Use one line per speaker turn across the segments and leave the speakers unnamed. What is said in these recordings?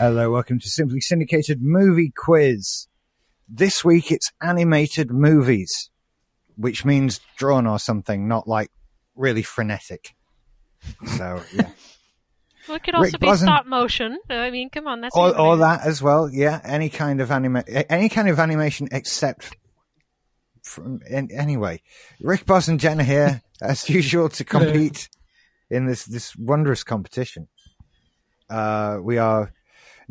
Hello, welcome to Simply Syndicated Movie Quiz. This week it's animated movies, which means drawn or something, not like really frenetic. So, yeah.
Well, it could also
Rick
be
Blossom-
stop motion. I mean, come on, that's
all,
animated.
all that as well. Yeah, any kind of anima- any kind of animation except from in, anyway. Rick Boss and Jenna here as usual to compete in this this wondrous competition. Uh, we are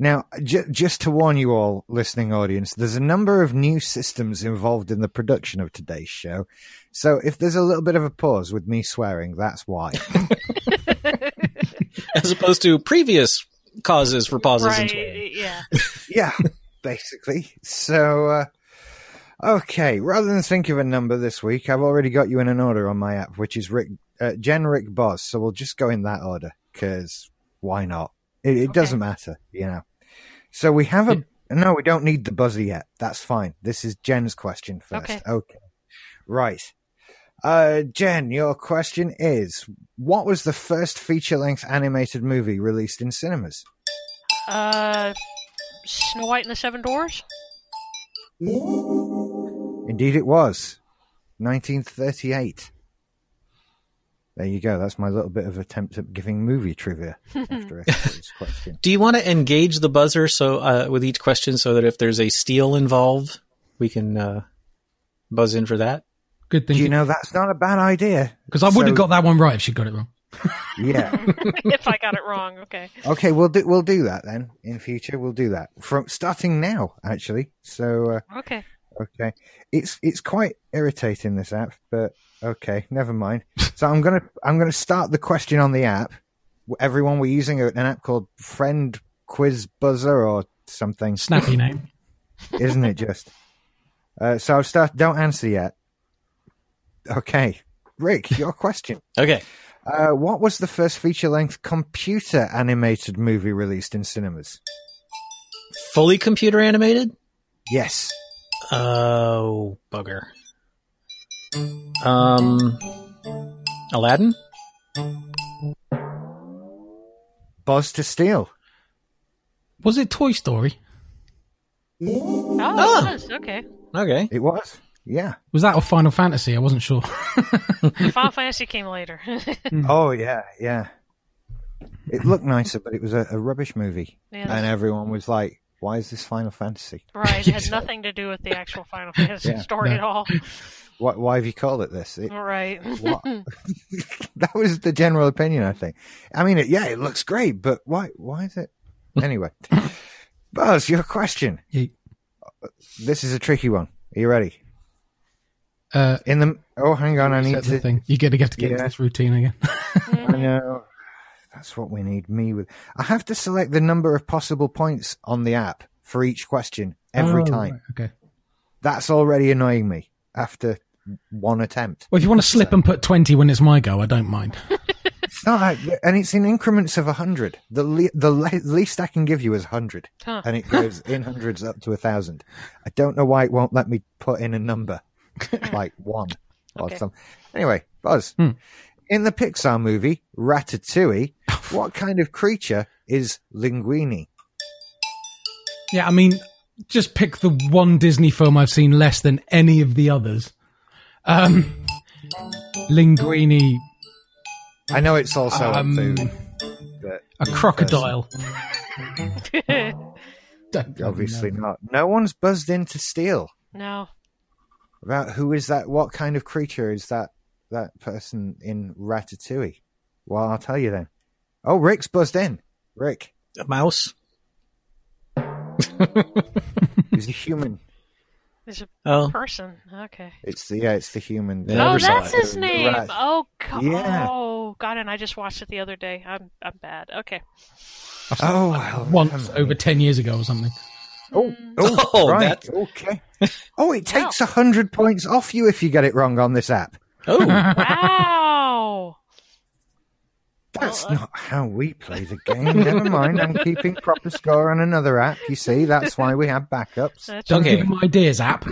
now j- just to warn you all, listening audience. There's a number of new systems involved in the production of today's show, so if there's a little bit of a pause with me swearing, that's why.
as opposed to previous causes for pauses and swearing.
Right? Yeah.
yeah, basically. So, uh, okay, rather than think of a number this week, I've already got you in an order on my app, which is Rick, uh, Jen, Rick, Boz. So we'll just go in that order because why not? It, it
Okay.
doesn't matter, you know. So we have a no. We don't need the buzzer yet. That's fine. This is Jen's question first.
Okay.
okay. Right. Uh, Jen, your question is: What was the first feature-length animated movie released in cinemas?
Uh, Snow White and the Seven Dwarfs.
Indeed, it was. 1938. There you go. That's my little bit of attempt at giving movie trivia after this question.
Do you want to engage the buzzer so uh, with each question so that if there's a steal involved, we can uh, buzz in for that?
Good
Do
thing.
you know that's not a bad idea?
Because I would have
So-
got that one right if she got it wrong.
Yeah.
if I got it wrong, okay.
Okay, we'll do we'll do that then in future. We'll do that from starting now, actually. So uh,
Okay.
okay, it's it's quite irritating this app, but okay, never mind. So I'm gonna I'm gonna start the question on the app. Everyone, we're using a- an app called Friend Quiz Buzzer or something.
Snappy name.
isn't it just? Uh, so I've start. Don't answer yet. Okay, Rick, your question.
Okay.
Uh, what was the first feature-length computer animated movie released in cinemas?
Fully computer animated?
Yes,
Oh, bugger. Um, Aladdin?
Buzz to Steal.
Was it Toy Story?
Oh, it
Ah.
was, okay.
Okay.
It was. Yeah.
Was that or Final Fantasy? I wasn't sure.
Final Fantasy came later.
Oh yeah, yeah. It looked nicer, but it was a, a rubbish movie,
Yeah.
and everyone was like, "Why is this Final Fantasy?
right. It had nothing to do with the actual Final Fantasy
Yeah,
story
no.
at all.
Why, why have you called it this?" It,
Right.
what? that was the general opinion, I think. I mean, it, yeah, it looks great, but why? Why is it? Anyway, Buzz, your question.
Yeah.
This is a tricky one. Are you ready?
Uh,
In the oh, hang on, I need
that's the
to.
thing. You're going to have to get
Yeah.
into this routine again.
I know. That's what we need. Me with. I have to select the number of possible points on the app for each question every
Oh,
time.
right, Okay.
That's already annoying me after one attempt.
Well, if you want to slip and put 20 when it's my go, I don't mind.
It's not, like- and it's in increments of hundred. The le- the le- least I can give you is hundred,
Huh.
and it goes in hundreds up to a thousand. I don't know why it won't let me put in a number, like one or
Okay.
something. Anyway, Buzz,
Hmm.
in the Pixar movie Ratatouille, what kind of creature is linguini?
Yeah, I mean, just pick the one Disney film I've seen less than any of the others. Um, Linguini,
I know it's also
Um,
a food, but
a crocodile. Don't bloody
obviously
know.
not. No one's buzzed in to steal.
no.
about who is that what kind of creature is that that person in ratatouille well i'll tell you then oh rick's buzzed in rick
A mouse?
he's a human
There's a
Oh,
person. Okay.
it's the yeah it's the human
Yeah.
oh,
never saw
that's
it.
his name.
Right.
Oh, God.
Yeah.
Oh, God. And I just watched it the other day. I'm I'm bad. Okay.
oh well,
Once
never
over
mind.
10 years ago or something.
oh, oh,
Oh,
right
that's-
okay oh it takes a hundred points off you if you get it wrong on this app
oh,
Wow.
that's
Well, uh-
not how we play the game. Never mind. I'm keeping proper score on another app. You see, that's why we have backups.
That's
Don't
Okay.
give him ideas, app.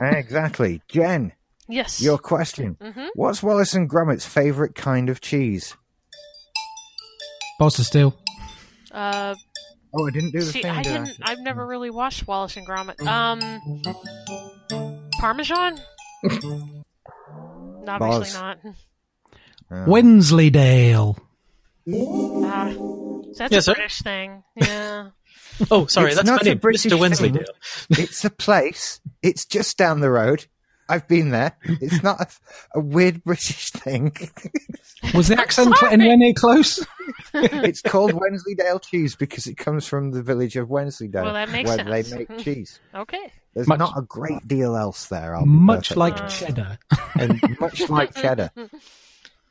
Exactly. Jen,
Yes.
your question.
Mhm.
What's Wallace and Gromit's favorite kind of cheese?
Boss of Steel.
Uh,
Oh, I didn't do the
See,
thing.
I
did
didn't. I've never
Mm.
really watched Wallace and Gromit. Um, Parmesan. No,
Bars.
Obviously not.
Yeah.
Wensleydale.
Ah, that's a
Yes, sir.
British thing. Yeah.
Oh, sorry,
It's
that's
not
my
a
name,
British
Mr.
thing.
Wensleydale.
it's a place. It's just down the road. I've been there. It's not a, a weird British thing.
Was the accent
sorry.
anywhere near close?
it's called Wensleydale cheese because it comes from the village of Wensleydale,
Well, that makes
where
sense.
they make cheese.
Okay.
There's
Much-
not a great deal else there. I'll be
Much
perfectly
like
honest.
cheddar.
and much like cheddar.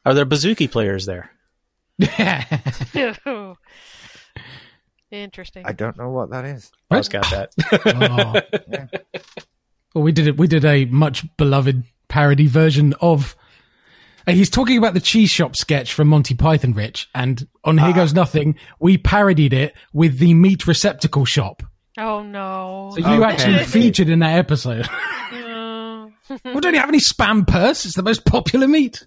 Are there bazooki players there?
Ew. Interesting.
I don't know what that is.
I
What?
just got that.
Oh. Well, we did it. We did a much beloved parody version of. uh, He's talking about the cheese shop sketch from Monty Python, Rich, and on
Ah.
Here Goes Nothing, we parodied it with the meat receptacle shop.
oh no.
So
Okay.
you actually featured in that episode.
Uh,
well, don't you have any spam purse? It's the most popular meat.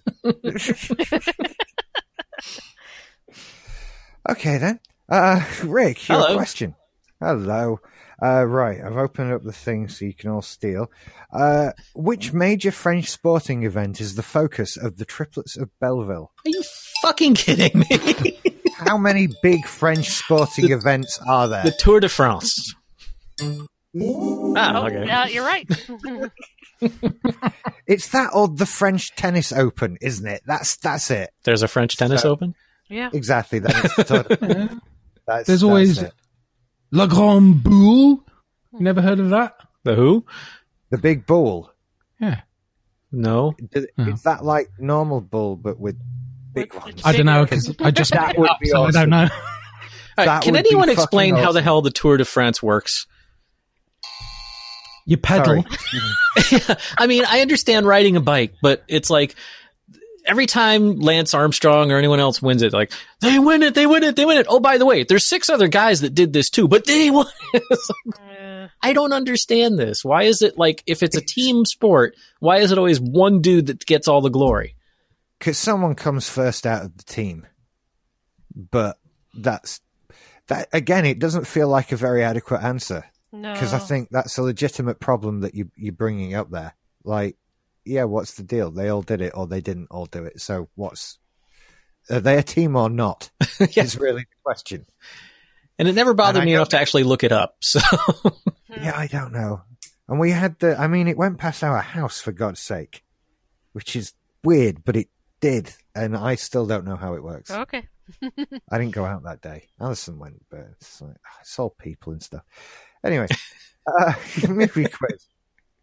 Okay then, uh, Rick, your
Hello.
question. Hello. Uh, right, I've opened up the thing so you can all steal. Uh, which major French sporting event is the focus of the triplets of Belleville?
Are you fucking kidding me?
How many big French sporting events are there?
the Tour de France. Ah,
oh,
okay.
yeah, you're right.
It's that or the French Tennis Open, isn't it? That's that's it.
There's a French tennis
So-
open.
yeah.
Exactly. That is the tournament. That's-
There's
that's
always
it.
La Grande Boule. Never heard of that?
The who?
the big bull.
Yeah.
No.
Is is that like normal bull but with big ones?
I don't know because I just
That would be
so I don't
awesome.
know.
All right,
That
can
would be
anyone
fucking
explain how the
awesome.
hell the Tour de France works?
You pedal.
Sorry.
I mean, I understand riding a bike, but it's like every time Lance Armstrong or anyone else wins it, like they win it, they win it, they win it. Oh, by the way, there's six other guys that did this too, but they won. It's like,
Yeah.
I don't understand this. Why is it like if it's a team sport, why is it always one dude that gets all the glory?
Because someone comes first out of the team, but that's that again. It doesn't feel like a very adequate answer
No.
because I think that's a legitimate problem that you you're bringing up there. Like, yeah, what's the deal? They all did it, or they didn't all do it. So what's are they a team or not? Is really the question.
And it never
And
bothered
I
me
don't-
enough to actually look it up. So
Yeah, I don't know. And we had the. I mean, it went past our house for God's sake, which is weird, but it did, and I still don't know how it works.
Okay.
I didn't go out that day. Alison went, but it's like I saw people and stuff. Anyway, uh, movie quiz.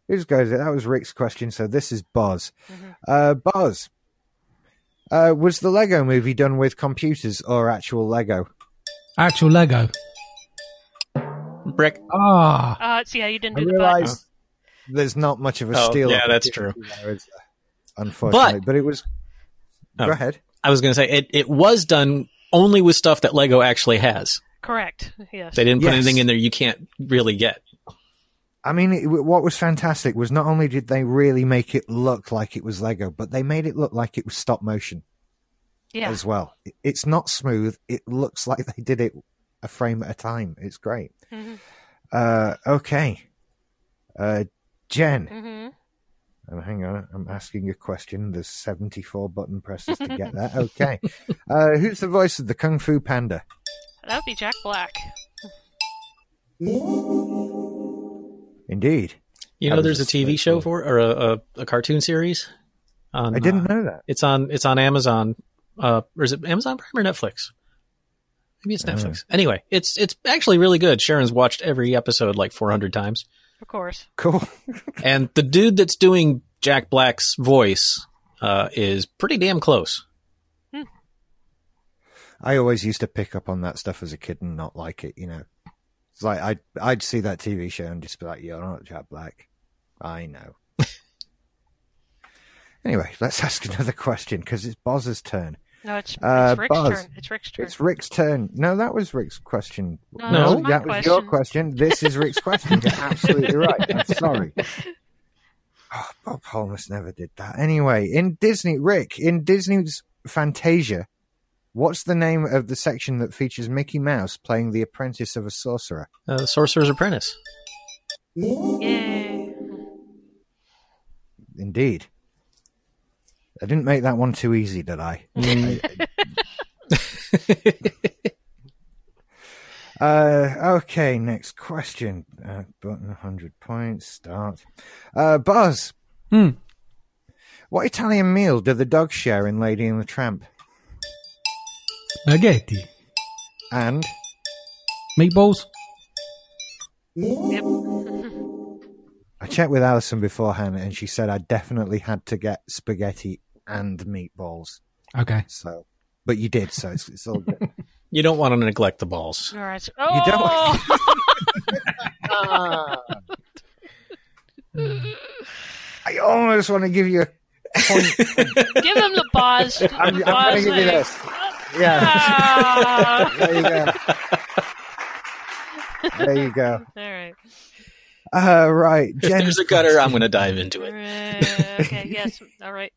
Who's goes? That was Rick's question, so this is Boz.
Mhm.
Uh, Boz, uh, was the Lego movie done with computers or actual Lego?
Actual Lego.
Brick.
Ah.
Uh, so yeah, you didn't
I
do the button.
realise there's not much of a
Oh,
steal.
yeah, that's
opportunity there, is there? Unfortunately, but, it was.
Oh.
Go ahead.
I was gonna say it, it was done only with stuff that Lego actually has.
Correct. Yes.
They didn't put
Yes.
anything in there you can't really get.
I mean, it, what was fantastic was not only did they really make it look like it was Lego, but they made it look like it was stop motion.
yeah.
as well. It- It's not smooth. It looks like they did it a frame at a time. It's great.
Mhm.
Uh, okay. Uh, Jen,
Mhm.
um, hang on. I'm asking a question. There's 74 button presses to get that. Okay. Uh, who's the voice of the Kung Fu Panda?
That would be Jack Black.
Indeed.
You
That
know,
was
there's a
just
TV
like-
show for it, or a, a, a cartoon series. On,
I didn't
uh,
know that.
it's on. It's on Amazon. Uh, or is it Amazon Prime or Netflix? Maybe it's Netflix. Anyway, it's it's actually really good. Sharon's watched every episode like 400 times,
Of course.
Cool.
and the dude that's doing Jack Black's voice uh, is pretty damn close.
I always used to pick up on that stuff as a kid and not like it, you know. It's like I'd I'd see that TV show and just be like, "You're not Jack Black." I know. anyway, let's ask another question because it's Boz's turn.
No, it's,
Uh,
it's Rick's
Buzz.
turn. It's Rick's turn.
It's Rick's turn. No, that was Rick's question.
No,
No.
that was my
that was your
question.
question. This is Rick's question. You're absolutely right. I'm sorry. Oh, Bob Holmes never did that. Anyway, in Disney, Rick, in Disney's Fantasia, What's the name of the section that features Mickey Mouse playing the apprentice of a sorcerer?
Uh, Sorcerer's Apprentice.
Yay.
Indeed. I didn't make that one too easy, did I? Uh, okay, next question. Uh, button 100 points, start. Uh, Buzz.
Hmm.
What Italian meal do the dogs share in Lady and the Tramp?
Spaghetti.
And
Meatballs.
Yep.
I checked with Alison beforehand and she said I definitely had to get spaghetti and meatballs.
Okay.
So, but you did, so it's, it's all good.
You don't want to neglect the balls.
All right.
You don't
Oh,
I almost want to give you a point.
give him the buzz. Give
I'm,
him the
going to
buzz,
give you
like,
this. Yeah,
ah.
there you go. There you go.
All right.
Uh, right,
If
Jen's
there's a gutter, I'm
question.
going to dive into it.
Uh, okay. Yes. All right.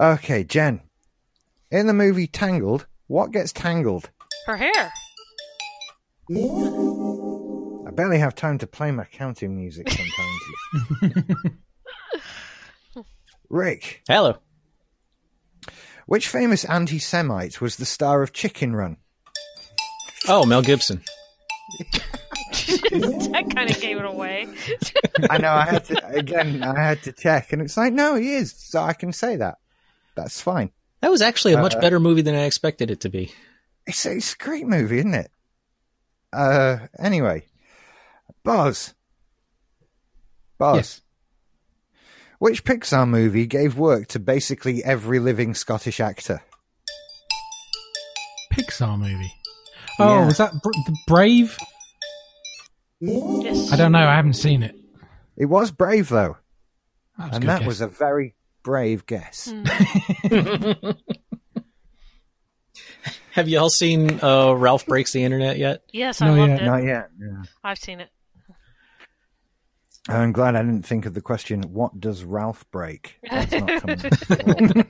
Okay, Jen. In the movie Tangled, what gets tangled?
Her hair.
I barely have time to play my counting music sometimes. Rick,
Hello.
which famous anti Semite was the star of Chicken Run?
Oh, Mel Gibson.
that kind of gave it away.
I know I had to again I had to check and it's like, no, he is, so I can say that. That's fine.
That was actually a much
Uh,
better movie than I expected it to be.
It's it's a great movie, isn't it? Uh anyway. Buzz. Buzz.
Yes.
Which Pixar movie gave work to basically every living Scottish actor?
Pixar movie. Oh,
Yeah.
was that Br- the Brave?
Yes.
I don't know. I haven't seen it.
It was Brave, though,
That
and
was a good
that
guess.
was a very brave guess.
Hmm.
Have you all seen uh, Ralph Breaks the Internet yet?
Yes,
No,
I loved
yeah,
it.
Not yet. no.
I've seen it.
I'm glad I didn't think of the question, what does Ralph break? That's not coming up.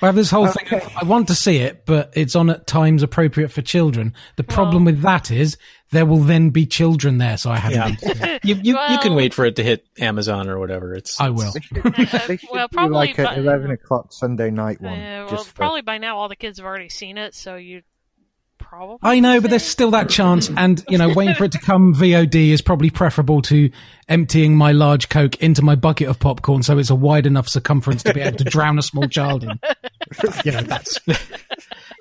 Well, this whole thing, I want to see it, but it's on at times appropriate for children. The
Oh.
problem with that is there will then be children there, so I haven't.
Yeah.
been to see it.
You you, you can
Well-
wait for it to hit Amazon or whatever. It's
I will.
They should, they should
Uh, Well,
do
probably
like an
button-
11 o'clock Sunday night one.
Yeah, well,
just for-
probably by now all the kids have already seen it, so you probably.
I know, but there's still that chance, and you know, waiting for it to come VOD is probably preferable to emptying my large Coke into my bucket of popcorn, so it's a wide enough circumference to be able to drown a small child in. You know, that's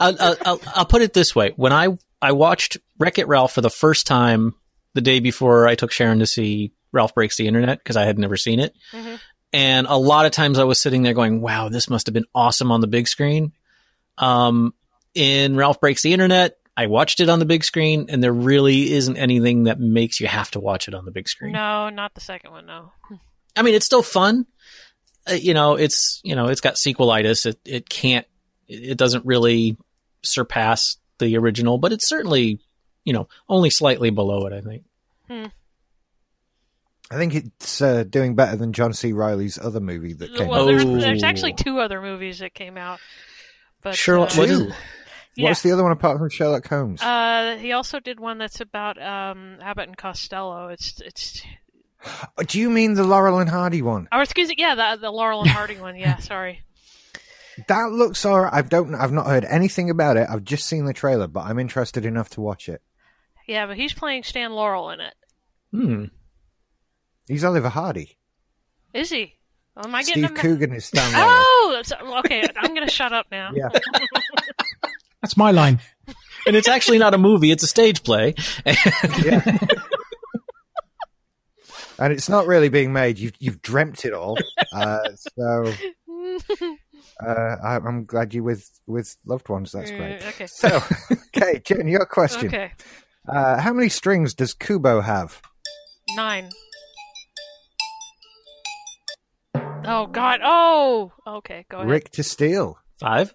I'll, I'll, I'll, I'll put it this way: when I I watched Wreck It Ralph for the first time the day before I took Sharon to see Ralph Breaks the Internet because I had never seen it,
Mhm.
and a lot of times I was sitting there going, "Wow, this must have been awesome on the big screen." Um, in Ralph Breaks the Internet, I watched it on the big screen, and there really isn't anything that makes you have to watch it on the big screen.
No, not the second one. No.
I mean, it's still fun. Uh, you know, it's you know, it's got sequelitis. It it can't. It it doesn't really surpass the original, but it's certainly you know only slightly below it. I think.
I think it's uh, doing better than John C. Riley's other movie that came
Well,
out.
there's,
Oh.
there's actually two other movies that came out. But
Sherlock.
uh,
what is it?
yeah.
What's the other one apart from Sherlock Holmes?
Uh, he also did one that's about um, Abbott and Costello. It's it's.
Oh, Do you mean the Laurel and Hardy one?
Oh, excuse me. Yeah, the, the Laurel and Hardy one. Yeah, sorry.
That looks alright. I don't. I've not heard anything about it. I've just seen the trailer, but I'm interested enough to watch it.
Yeah, but he's playing Stan Laurel in it.
Hmm.
He's Oliver Hardy.
Is he? Am I getting
Steve
him?
Coogan is Stan Laurel.
Oh, that's- okay. I'm gonna shut up now.
Yeah.
that's my line.
And it's actually not a movie; it's a stage play.
Yeah. and it's not really being made. You've you've dreamt it all. Uh, so uh, I, I'm glad you with with loved ones. That's great.
Uh, okay.
So okay, Jen, your question.
Okay.
Uh, how many strings does Kubo have?
Nine. Oh God. Oh. Okay. Go ahead.
Rick to steal.
Five.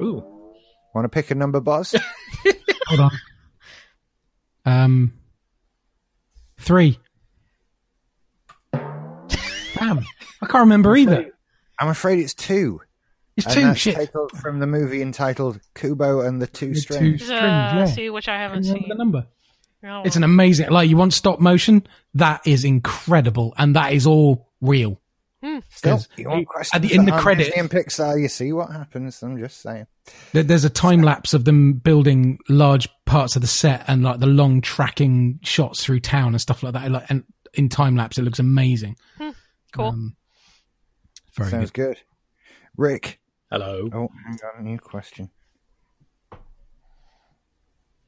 Ooh.
Want to pick a number, boss?
Hold on. Um, three. Damn, I can't remember either.
I'm afraid it's two.
It's
and
two
that's
shit.
taken from the movie entitled Kubo and the Two
The
Strings.
Two
Uh,
Strings, yeah.
See, which I haven't
Can't
seen.
remember the number.
Oh,
It's an amazing. Like you want stop motion? That is incredible, and that is all real.
Still,
'Cause
you want
at
questions
the in
that
the
aren't
credits,
Disney and Pixar, you see what happens. I'm just saying.
There- There's a time lapse of them building large parts of the set and like the long tracking shots through town and stuff like that. Like, and in time lapse, it looks amazing.
Hmm, cool.
Um, very
Sounds
good.
good. Rick.
Hello.
Oh, hang on, new question.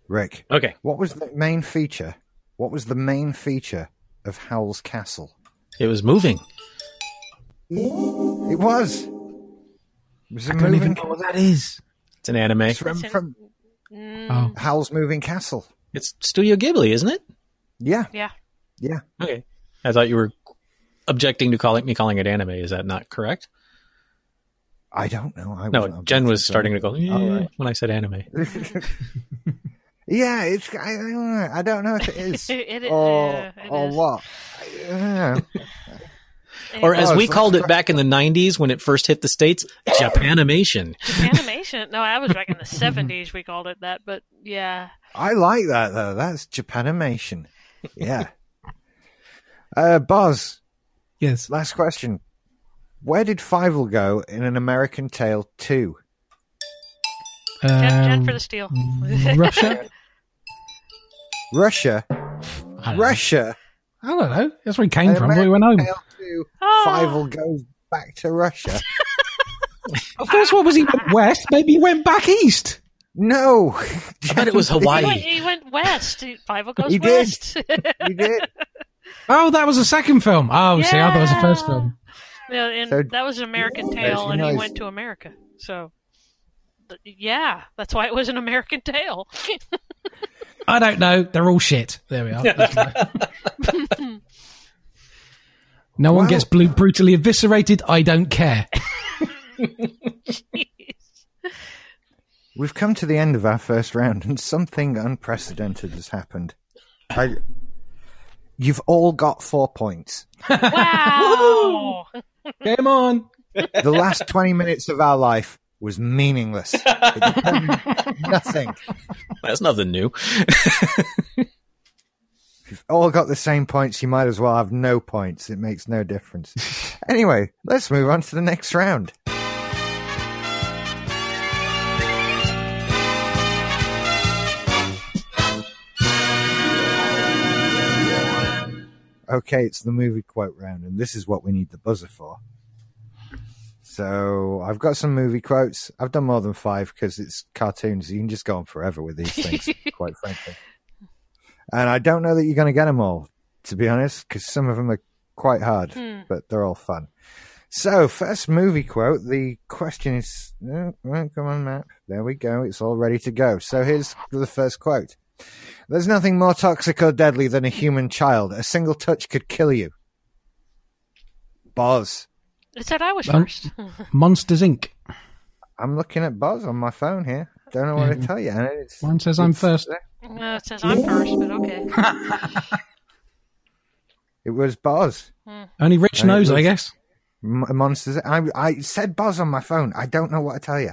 Rick,
Okay.
what was the main feature? What was the main feature of Howl's Castle?
It was moving.
It was. It was a
I don't even
moving
know what that is.
It's an anime.
from,
It's an-
from
Mm,
Oh,
Howl's Moving Castle.
It's Studio Ghibli, isn't it?
Yeah,
Yeah.
yeah.
Okay. I thought you were objecting to calling me calling it anime. Is that not correct?
I don't know. I
No,
wasn't
Jen was starting
objecting
to go "Eh,"
All right.
when I said anime.
yeah, it's. I, don't know. I don't know if it is
It- it-
or
yeah, it
or
is.
what. I don't know.
It
Or
was
as
Oh,
we
it's
called
like-
it back in the 90s when it first hit the States, Japanimation.
animation. No, I was back in the seventies. We called it that, but yeah,
I like that though. That's Japanimation. Yeah. uh, Buzz,
yes.
last question. Where did Fievel go in an American Tale two?
Jen,
Um,
Jen for the steal.
Russia.
Russia,
I don't know.
Russia.
I don't know. That's where he
An
came from. Where he went home.
Tale two.
Oh.
Fievel goes back to Russia.
Of course, what was he went west? Maybe he went back east.
No,
I bet it was
He went,
Hawaii.
he went west. Five goes
He did.
west.
you did.
Oh, that was the second film. Oh, see, I thought it was the first
Yeah.
film.
yeah, and
So-
that was an American
Yeah,
tale,
she
and he
knows.
went to America. So, th- yeah, that's why it was an American tale.
I don't know. They're all shit. There we are. no one
Wow.
gets blue brutally eviscerated. I don't care.
We've come to the end of our first round, and something unprecedented has happened. I, you've all got four points.
wow.
Game on.
The last 20 minutes of our life was meaningless. It depended- nothing.
That's nothing new.
You've all got the same points. You might as well have no points. It makes no difference. Anyway, let's move on to the next round. Okay, it's the movie quote round, and this is what we need the buzzer for. So I've got some movie quotes. I've done more than five because it's cartoons. You can just go on forever with these things, quite frankly. And I don't know that you're going to get them all, to be honest, because some of them are quite hard,
Hmm.
but they're all fun. So, first movie quote. The question is, oh, oh, come on, Matt. There we go. It's all ready to go. So here's the first quote. There's nothing more toxic or deadly than a human child. A single touch could kill you. Boz.
It said I was
Um,
first. Uh,
Monsters Inc.
I'm looking at Buzz on my phone here. Don't know what to
Yeah.
tell you. And it's,
Mm-hmm. Mine says I'm
it's-
first.
no, it says I'm first, but okay.
It was Buzz.
Only Rich
And it
knows,
was-
I guess.
M- monsters. I, I said Buzz on my phone. I don't know what to tell you.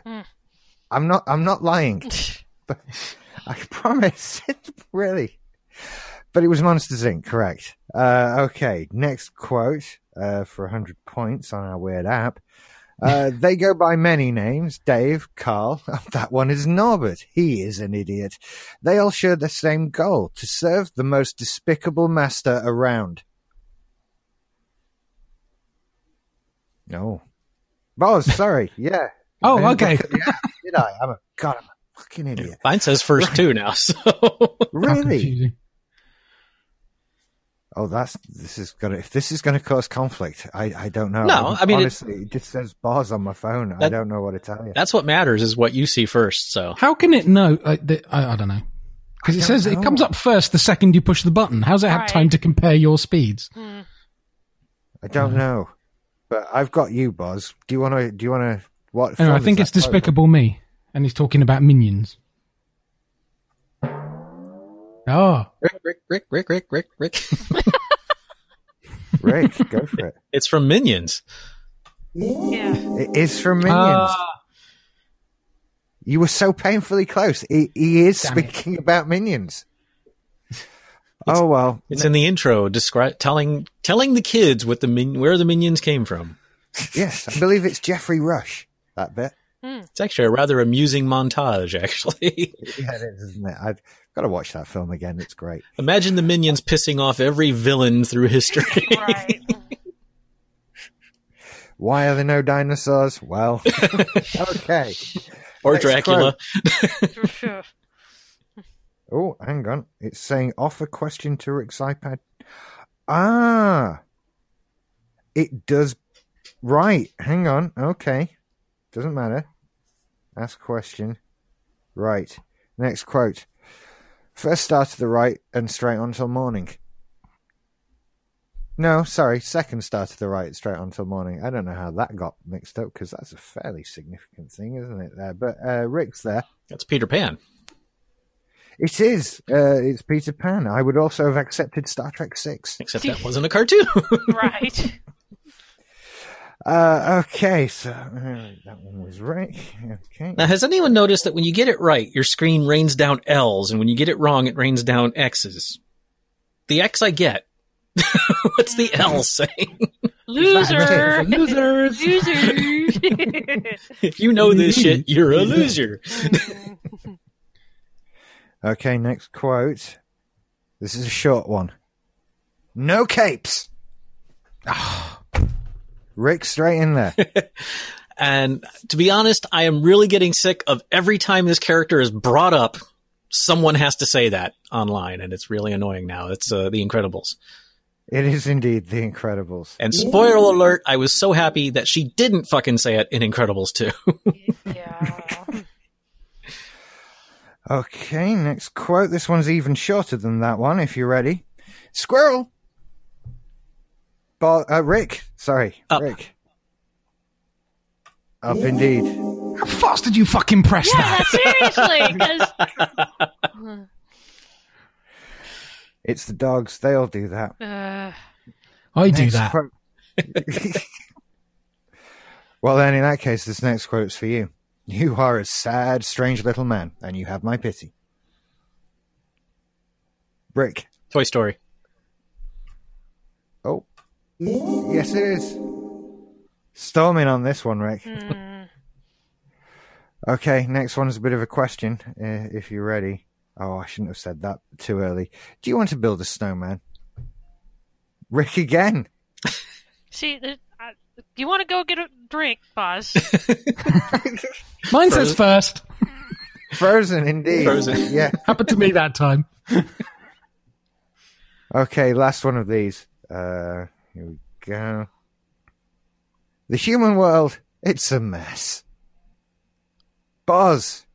I'm not. I'm not lying. But I promise. really. But it was Monsters Inc. Correct. Uh, okay. Next quote uh, for hundred points on our weird app. Uh, they go by many names. Dave, Carl. That one is Norbert. He is an idiot. They all share the same goal: to serve the most despicable master around. No. Oh, sorry. Yeah.
Oh,
I didn't
okay.
look at the app, Did I? I'm a god. I'm a fucking idiot.
Mine says first too now. So
How
Really?
confusing.
Oh, that's this is gonna. If this is gonna cause conflict, I I don't know.
No, I mean, it-
honestly, it, just says bars on my phone. I
That-
don't know what to tell you.
that's what matters is what you see first. So
How can it know? Like, the, I, I don't know. Because
I
it
don't
says
know.
it comes up first the second you push the button. How's it have
Right.
time to compare your speeds?
Hmm.
I don't
Uh-huh.
know, but I've got you, Buzz. Do you want to? Do you want to? What?
Anyway, I
film
think
is
it's
that quote from?
Despicable Me, and he's talking about minions.
Ah.
Oh,
Rick, Rick, Rick, Rick, Rick, Rick, Rick.
Rick, go for it.
It's from Minions.
Yeah.
It is from
Uh,
Minions.
Ah,
You were so painfully close. He, he is
Damn it.
speaking about minions. oh well,
It's in the intro, descri- telling telling the kids what the min- where the minions came from.
yes, I believe it's Jeffrey Rush. That bit,
It's actually a rather amusing montage. Actually,
yeah, it is, isn't it? I've got to watch that film again. It's great.
imagine the minions pissing off every villain through history.
Right.
Why are there no dinosaurs? Well, okay.
or
Next
Dracula.
Oh, hang on. It's saying offer question to Rick's iPad. Ah, it does. Right. Hang on. Okay. Doesn't matter. Ask question. Right. Next quote. First star to the right and straight on till morning. No, sorry. Second star to the right, straight on till morning. I don't know how that got mixed up because that's a fairly significant thing, isn't it? There, but uh, Rick's there.
That's Peter Pan.
It is. Uh, it's Peter Pan. I would also have accepted Star Trek Six.
Except that wasn't a cartoon.
right.
Uh, okay, so uh, that one was right. Okay.
now, has anyone noticed that when you get it right, your screen rains down L's, and when you get it wrong, it rains down X's? The X I get. What's the L saying?
Loser.
Losers.
Loser.
if you know this shit, you're a loser.
Okay, next quote. This is a short one. No capes. Ah. Rick straight in there.
And to be honest, I am really getting sick of every time this character is brought up, someone has to say that online, and it's really annoying now. It's uh, The Incredibles.
it is indeed The Incredibles.
And spoiler alert, I was so happy that she didn't fucking say it in Incredibles 2.
yeah.
Okay, next quote. This one's even shorter than that one. If you're ready, squirrel. Bo- uh, Rick, sorry,
Up.
Rick. Up indeed.
How fast did you fucking press
Yeah,
that?
seriously, because
It's the dogs. They all do that.
uh,
I do
Next
that.
quote. well, then, in that case, this next quote's for you. You are a sad, strange little man, and you have my pity. Rick.
Toy Story.
Oh. Yes, it is. Storming on this one, Rick.
hmm.
okay, next one's a bit of a question, uh, if you're ready. Oh, I shouldn't have said that too early. Do you want to build a snowman? Rick again.
see, uh, I- you want to go get a drink, Boz?
Mine says first.
Frozen, indeed.
Frozen.
Yeah.
Happened to me that time.
Okay, last one of these. Uh, here we go. The human world, it's a mess. Boz.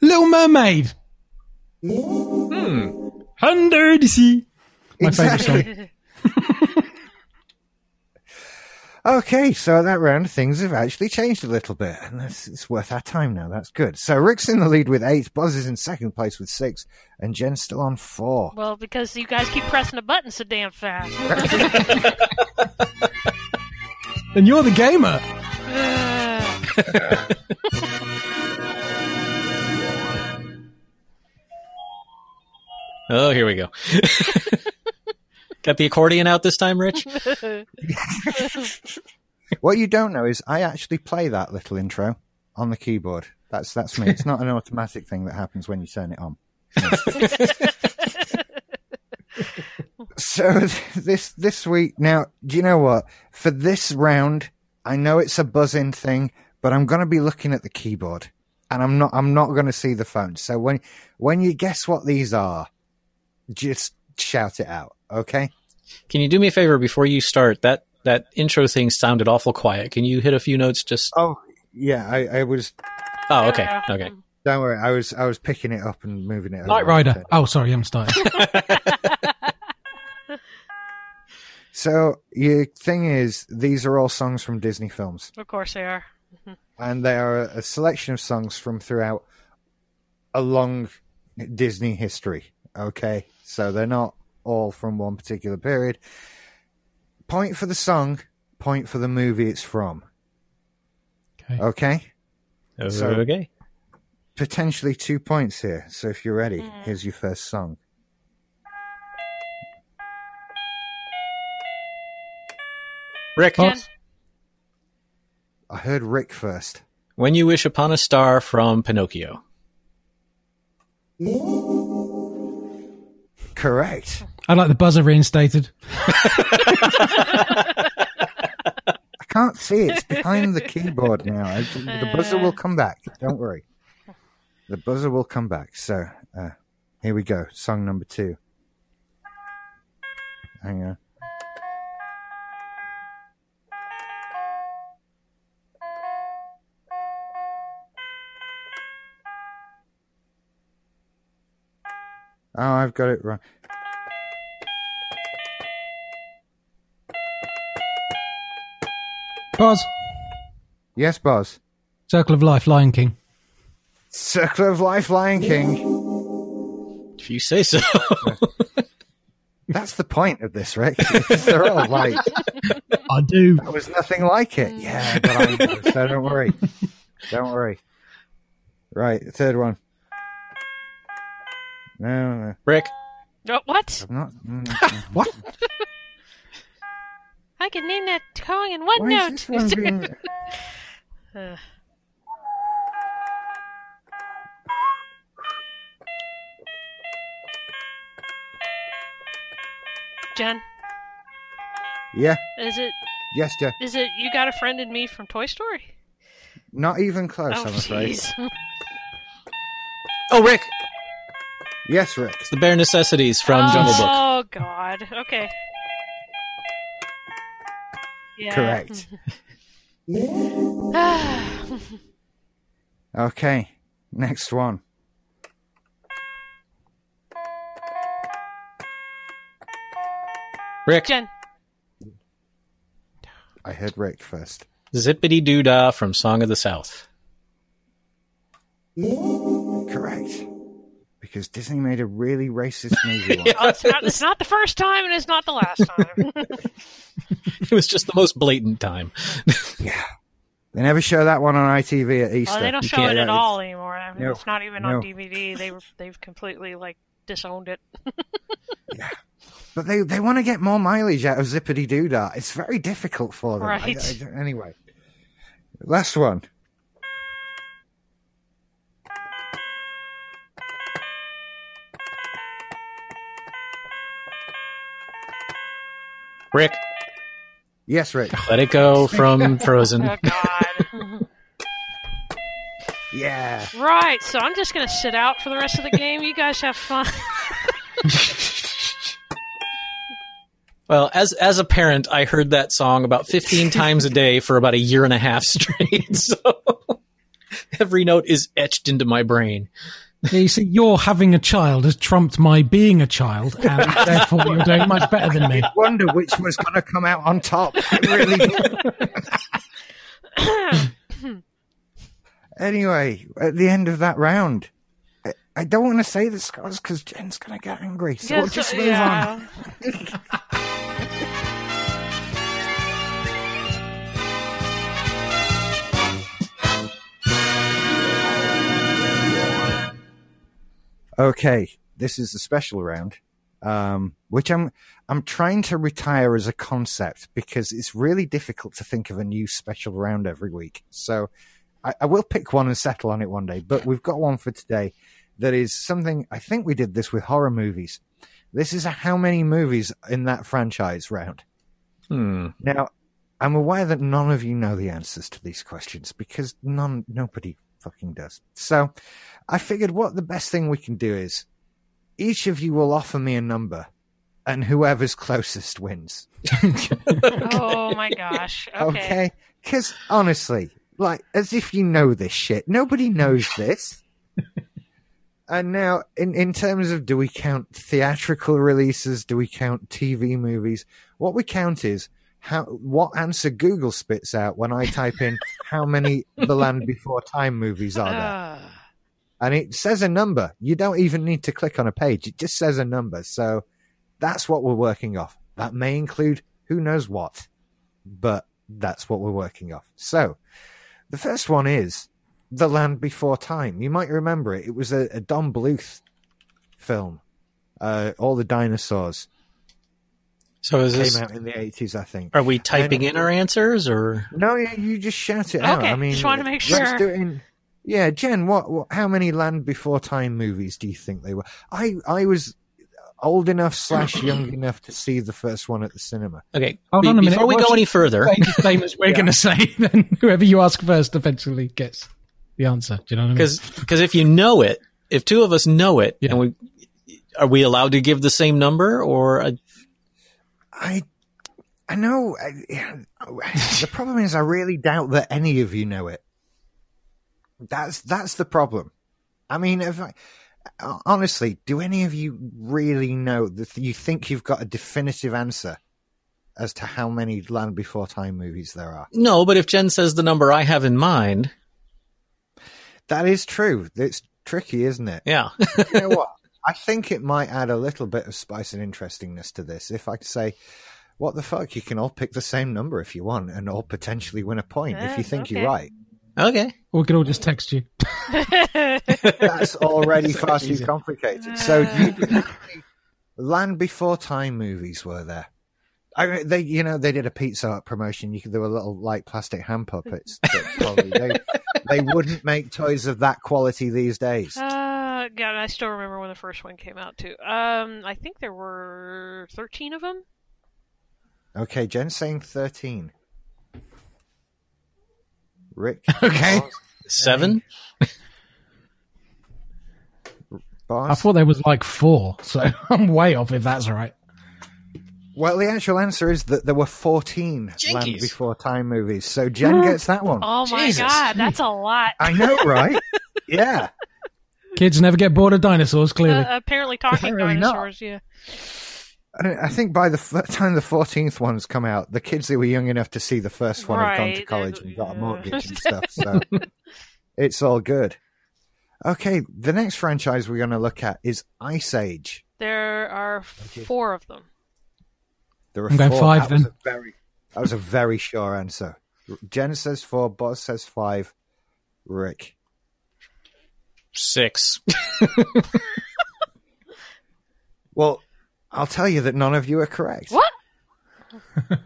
Little Mermaid. Hmm. Under the sea. My favorite song.
Okay, so that round things have actually changed a little bit, and that's, it's worth our time now. That's good. So Rick's in the lead with eight, Boz is in second place with six, and Jen's still on four.
well, because you guys keep pressing the button so damn fast.
And you're the gamer.
Uh,
Oh, here we go. Got the accordion out this time, Rich?
What you don't know is I actually play that little intro on the keyboard. That's that's me. It's not an automatic thing that happens when you turn it on. so th- this this week now, do you know what? For this round, I know it's a buzzing thing, but I'm going to be looking at the keyboard, and I'm not I'm not going to see the phone. So when when you guess what these are, just shout it out, okay?
Can you do me a favor before you start? That that intro thing sounded awful quiet. Can you hit a few notes just
Oh yeah, I, I was
Oh, okay. Okay.
Hmm,
Don't worry, I was I was picking it up and moving it.
Knight
around.
Rider. Oh, sorry, I'm starting.
So your thing is, these are all songs from Disney films,
of course they are.
and they are a selection of songs from throughout a long Disney history. Okay, so they're not all from one particular period. Point for the song, point for the movie it's from.
Okay.
Okay. So-
Okay.
potentially two points here. So if you're ready, here's your first song.
Rick,
Oh,
I heard Rick first.
When You Wish Upon a Star from Pinocchio.
Correct.
I'd like the buzzer reinstated.
I can't see it. It's behind the keyboard now. I- the buzzer will come back. Don't worry. The buzzer will come back. So uh, here we go. Song number two. Hang on. Oh, I've got it wrong.
Buzz.
Yes, Boz.
Circle of Life, Lion King.
Circle of Life, Lion King.
If you say so.
That's the point of this, Rick. They're all like,
I do.
that was nothing like
Mm.
it. Yeah, but I know, so don't worry. Don't worry. Right, third one. No, no,
Rick,
Oh, what?
I'm not. mm, mm.
What?
I could name that song in one
Why is
note.
this one being-
Uh, Jen,
Yeah,
is it
yes, Jeff.
is it you got a friend in me from Toy Story?
Not even close,
oh
I'm afraid.
jeez.
Oh, Rick,
Yes, Rick.
it's the bare necessities from Jungle Book.
Oh god. Okay. Yeah.
Correct. Okay, next one.
Rick,
Jen,
I heard Rick first.
Zippity Doo Dah from Song of the South.
Correct. Because Disney made a really racist movie once.
oh, it's, not, it's not the first time and it's not the last time.
It was just the most blatant time.
They never show that one on ITV at Easter.
Oh, they don't
You
show
can't-
it
yeah,
at
it's-
all anymore. I mean,
No,
It's not even
no.
on DVD. They they've completely like disowned it.
But they, they want to get more mileage out of Zippity Doo Dah. It's very difficult for them. I-
Right.
I don't- anyway, last one.
Rick,
Yes, Rick.
Let It Go from Frozen.
Oh God!
Yeah.
right. So I'm just gonna sit out for the rest of the game. You guys have fun.
Well, as as a parent, I heard that song about 15 times a day for about a year and a half straight. So every note is etched into my brain.
Yeah, you see, your having a child has trumped my being a child, and therefore you're doing much better than me.
Wonder which was going to come out on top. I really did. Anyway, at the end of that round, I, I don't want to say the scores because Jen's going to get angry. So we'll
Yes,
just
uh,
move on.
yeah.
Okay, this is the special round, um, which I'm I'm trying to retire as a concept because it's really difficult to think of a new special round every week. So I, I will pick one and settle on it one day. But we've got one for today that is something I think we did this with horror movies. This is a how many movies in that franchise round.
Hmm.
Now, I'm aware that none of you know the answers to these questions because none, nobody fucking does. So I figured what the best thing we can do is each of you will offer me a number and whoever's closest wins.
Oh my gosh. Okay.
Okay. Because honestly, like, as if you know this shit, nobody knows this. and now, in, in terms of do we count theatrical releases? Do we count TV movies? What we count is how what answer Google spits out when I type in how many The Land Before Time movies are there.
Uh,
And it says a number. You don't even need to click on a page, it just says a number. So that's what we're working off. That may include who knows what, but that's what we're working off. So The first one is The Land Before Time. You might remember it. It was a, a Don Bluth film. Uh, all the dinosaurs
So is
came
this?
out in the eighties, I think.
Are we typing in our answers or?
No, yeah, you just shout it out.
Okay,
I mean,
just wanted to make
let's
sure.
do it in- yeah, Jen, what, what? How many Land Before Time movies do you think they were? I I was old enough slash young enough to see the first one at the cinema.
Okay.
Hold
be-
on a minute,
before we
what's-
go any further,
Same, same as we're going to say. Then whoever you ask first eventually gets the answer. Do you know what I mean?
because if you know it, if two of us know it,
Yeah.
and we are we allowed to give the same number or a,
I I know. I, the problem is, I really doubt that any of you know it. That's that's the problem. I mean, if I, honestly, do any of you really know that you think you've got a definitive answer as to how many Land Before Time movies there are?
no? But if Jen says the number I have in mind,
That is true. It's tricky, isn't it?
yeah,
you know what? I think it might add a little bit of spice and interestingness to this if I could say, what the fuck? You can all pick the same number if you want and all potentially win a point if
Yeah,
you think
okay.
you're right.
okay.
Or we could all just text you.
That's already
It's
far
easy.
too complicated. So, you, Land Before Time movies were there. I mean, they, you know, they did a pizza Hut promotion. You could, there were little like plastic hand puppets. That probably, they, they wouldn't make toys of that quality these days.
Uh, God, I still remember when the first one came out too. Um, I think there were thirteen of them.
Okay, Jen's saying thirteen. Rick.
Okay.
Seven.
Barnes.
I thought there was like four, so I'm way off if that's all right.
Well, the actual answer is that there were fourteen Land
Jinkies.
Before Time movies, so Jen gets that one.
Oh my
Jesus.
God, that's a lot.
I know, right? yeah.
Kids never get bored of dinosaurs, clearly.
Uh, apparently, talking
Apparently not.
dinosaurs. Yeah.
I I think by the f- time the fourteenth one's come out, the kids who were young enough to see the first one have gone to
Right,
college and got a
yeah.
mortgage and stuff. So it's all good. Okay, the next franchise we're going to look at is Ice Age.
There are four of them.
There are
I'm going
four. that
five then.
Was a very, that was a very sure answer. Jen says four. Boz says five. Rick.
Six.
Well, I'll tell you that none of you are correct.
What?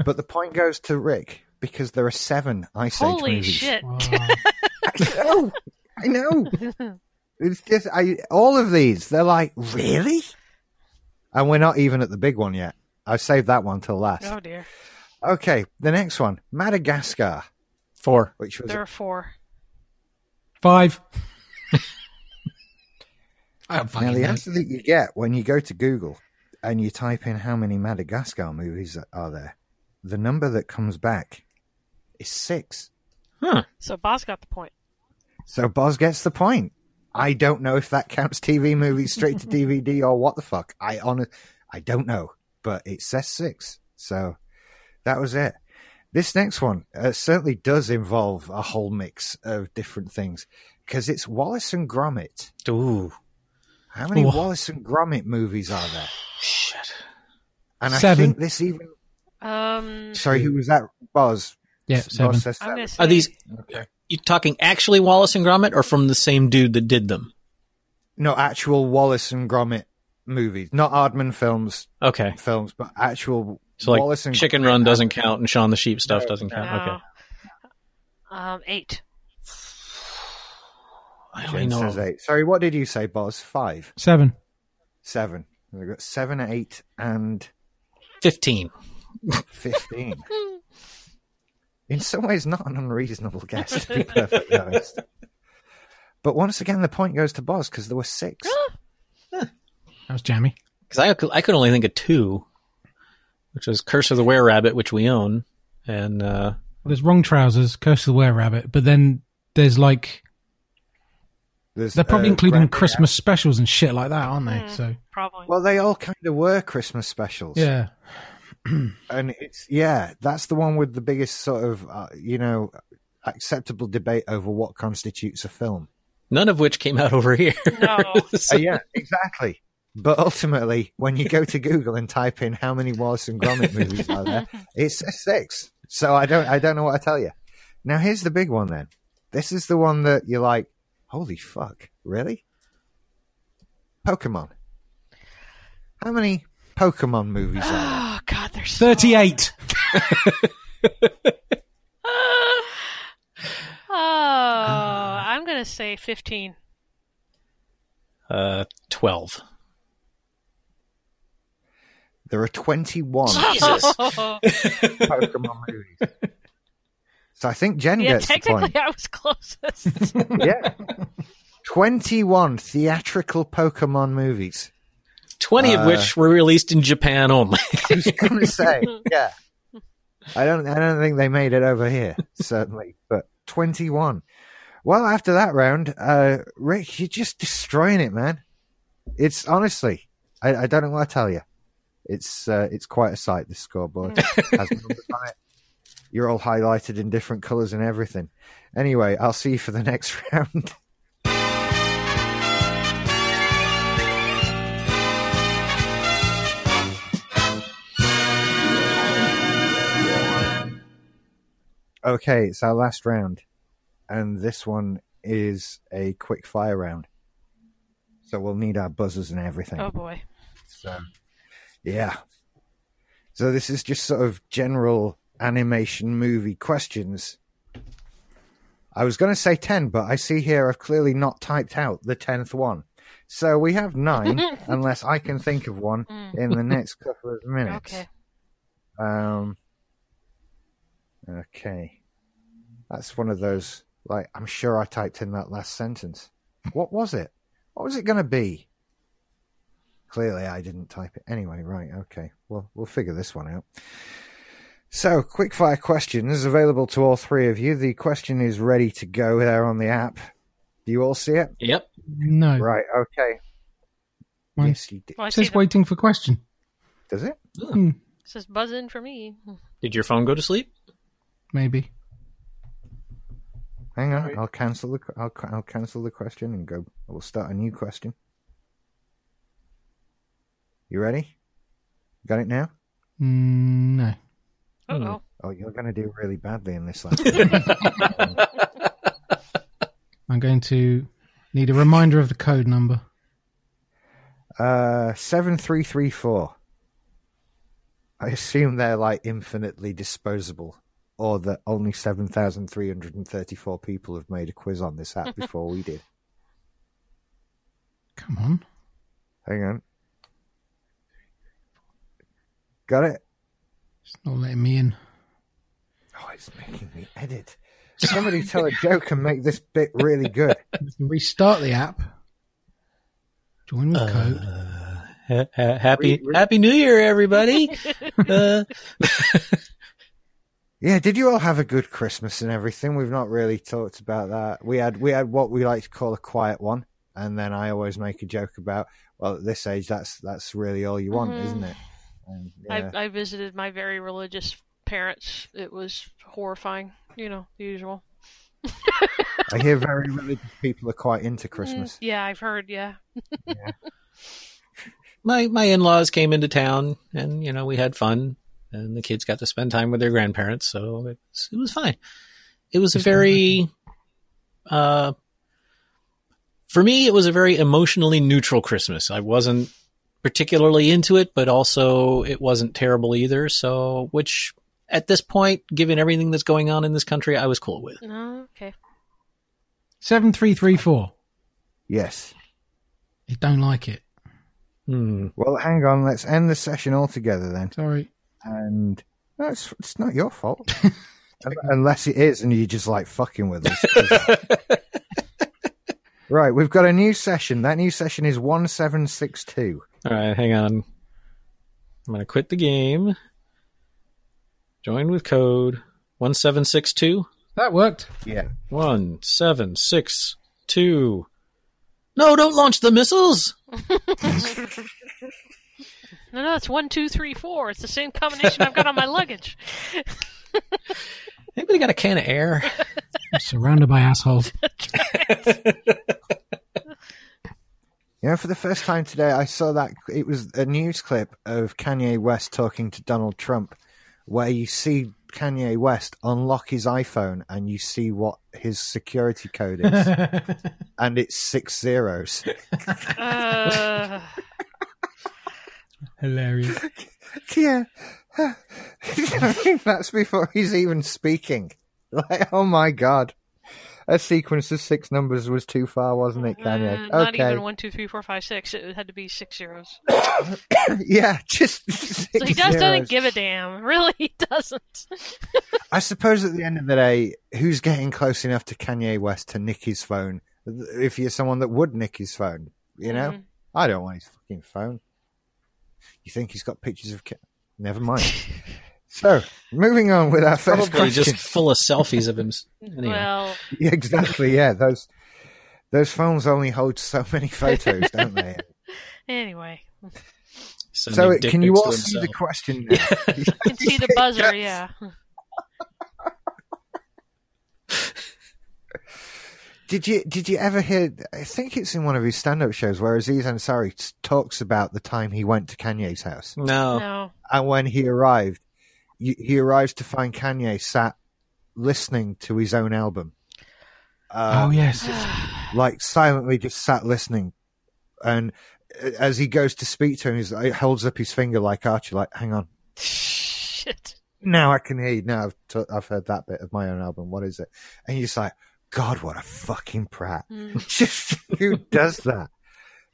But the point goes to Rick because there are seven Ice Age
Holy
movies.
shit!
I know. I know. It's just I all of these. They're like really, and we're not even at the big one yet. I've saved that one till last.
Oh dear.
Okay, the next one, Madagascar,
Four.
which was
There are four.
Five. I don't
now
fucking
the
know.
answer that you get when you go to Google and you type in how many Madagascar movies are there. The number that comes back is six.
Huh.
So Boz got the point.
So Boz gets the point. I don't know if that counts TV movies straight to DVD or what the fuck. I honest, I don't know, but it says six. So that was it. This next one uh, certainly does involve a whole mix of different things because it's Wallace and Gromit.
Ooh.
How many
Wha-
Wallace and Gromit movies are there?
Shit.
And I
Seven.
think this even.
Um,
Sorry, who was that? Boz.
Yeah,
Boz
seven.
says
I'm
seven.
gonna
Are
say
these? You talking actually Wallace and Gromit, or from the same dude that did them?
No, actual Wallace and Gromit movies, not Aardman films
Okay.
films, but actual
So like
Wallace and
Chicken Run doesn't count, and Shaun the Sheep stuff doesn't count.
no.
oh, Okay.
Um, eight.
I only
Jane says
know.
eight. Sorry, what did you say, Boz? Five,
Seven.
seven. We've got seven, eight, and
Fifteen.
fifteen. In some ways, not an unreasonable guess, to be perfectly honest. But once again, the point goes to Boz because there were six.
That was jammy.
because I, could- I could only think of two, which was Curse of the Were Rabbit, which we own, and uh,
Well, there's Wrong Trousers, Curse of the Were Rabbit, but then there's like
There's,
they're probably
uh,
including
Grand-
Christmas specials and shit like that, aren't they?
Hmm,
So
Probably.
Well, they all kind of were Christmas specials.
yeah,
and it's yeah that's the one with the biggest sort of uh, you know acceptable debate over what constitutes a film
none of which came out over here.
no.
Uh, yeah exactly but ultimately when you go to google and type in how many wallace and gromit movies are there it's a six so i don't i don't know what to tell you now here's the big one then This is the one that you're like, holy fuck, really? Pokemon. How many Pokemon movies are there?
Oh God, there's so-
38.
Oh, I'm gonna say 15.
Uh, 12.
There are 21
Jesus.
Pokemon movies. So I think Jen
yeah,
gets the point.
technically I was closest.
Yeah. 21 theatrical Pokemon movies.
20
Uh,
of which were released in Japan only.
I was going to say, yeah. I don't, I don't think they made it over here, certainly, but 21. Well, after that round, uh, Rick, you're just destroying it, man. It's honestly, I, I don't know what to tell you. It's, uh, it's quite a sight, this scoreboard. has numbers on it. You're all highlighted in different colors and everything. Anyway, I'll see you for the next round. Okay, it's our last round, and this one is a quick fire round. So we'll need our buzzers and everything.
oh boy.
So, yeah. So this is just sort of general animation movie questions. I was going to say 10, but I see here I've clearly not typed out the 10th one. So we have nine, unless I can think of one
Mm.
in the next couple of minutes.
Okay.
Um, okay. That's one of those, like, I'm sure I typed in that last sentence. What was it? What was it going to be? Clearly, I didn't type it. Anyway, right, okay. Well, we'll figure this one out. So, quickfire questions available to all three of you. The question is ready to go there on the app. Do you all see it?
yep.
No.
Right, okay.
Mine-
Yes, you did.
Well, I
It
see
says
them.
waiting for question.
Does it?
Hmm,
This is buzzing for me.
Hmm.
Did your phone go to sleep?
maybe.
Hang on, I'll cancel the I'll, I'll cancel the question and go. We'll start a new question. You ready? Got it now?
Mm, no.
Uh oh.
Oh, you're going to do really badly in this last.
I'm going to need a reminder of the code number.
uh, seven three three four. I assume they're like infinitely disposable, or that only seven thousand three hundred and thirty-four people have made a quiz on this app before we did.
Come on.
Hang on. Got it.
It's not letting me in.
Oh, it's making me edit. Somebody tell a joke and make this bit really good.
Restart the app. Join with code.
Uh, Ha- ha- happy
We- we-
Happy New Year, everybody! uh,
Yeah, did you all have a good Christmas and everything? We've not really talked about that. We had we had what we like to call a quiet one, and then I always make a joke about, well, at this age, that's that's really all you want,
Mhm.
isn't it? And, yeah.
I, I visited my very religious parents. It was horrifying. You know, the usual.
I, hear very religious people are quite into Christmas.
Mm, yeah, I've heard. Yeah.
my my in laws came into town, and you know we had fun, and the kids got to spend time with their grandparents, so it was, it was fine. It was a very, uh, for me, it was a very emotionally neutral Christmas. I wasn't particularly into it, but also it wasn't terrible either. So, which at this point, given everything that's going on in this country, I was cool with.
No. Okay.
7334.
Yes.
I don't like it.
Hmm.
Well, hang on. Let's end the session altogether then.
Sorry.
and no, it's, it's not your fault. Un- Unless it is, and you're just like fucking with us. 'Cause- right, we've got a new session. That new session is 1762.
All right, hang on. I'm going to quit the game. Join with code 1762.
That worked.
Yeah.
1762. No, don't launch the missiles.
No, no, it's one, two, three, four. It's the same combination I've got on my luggage.
Anybody got a can of air?
I'm surrounded by assholes.
You know, for the first time today, I saw that it was a news clip of Kanye West talking to Donald Trump, where you see Kanye West unlock his iPhone and you see what his security code is, and it's six zeros.
Uh,
Hilarious.
yeah, that's before he's even speaking. Like, oh my god, a sequence of six numbers was too far, wasn't it,
uh,
Kanye?
Not
okay,
even one, two, three, four, five, six. It had to be six zeros.
yeah, just
So he
six
just
zeros.
doesn't give a damn. Really, he doesn't.
I suppose at the end of the day, who's getting close enough to Kanye West to nick his phone? If you're someone that would nick his phone, you know,
Mhm.
I don't want his fucking phone. You think he's got pictures of? Ka- Never mind. so, moving on with our first
Probably
question.
just full of selfies of him. Anyway.
Well,
Yeah, exactly. Yeah, those those phones only hold so many photos, don't they?
anyway,
so,
Sending
it,
dick
can you
pics to
all see the
himself.
question? now?
you can see the buzzer. Yeah.
Did you did you ever hear? I think it's in one of his stand-up shows where Aziz Ansari t- talks about the time he went to Kanye's house
No.
No.
and when he arrived, y- he arrives to find Kanye sat listening to his own album. Uh,
oh, yes.
like silently just sat listening. And uh, as he goes to speak to him, he's, he holds up his finger like Archie, like, hang on.
Shit.
Now I can hear you. Now I've, t- I've heard that bit of my own album. What is it? And you're just like, God, what a fucking prat.
Mm.
Just who does that?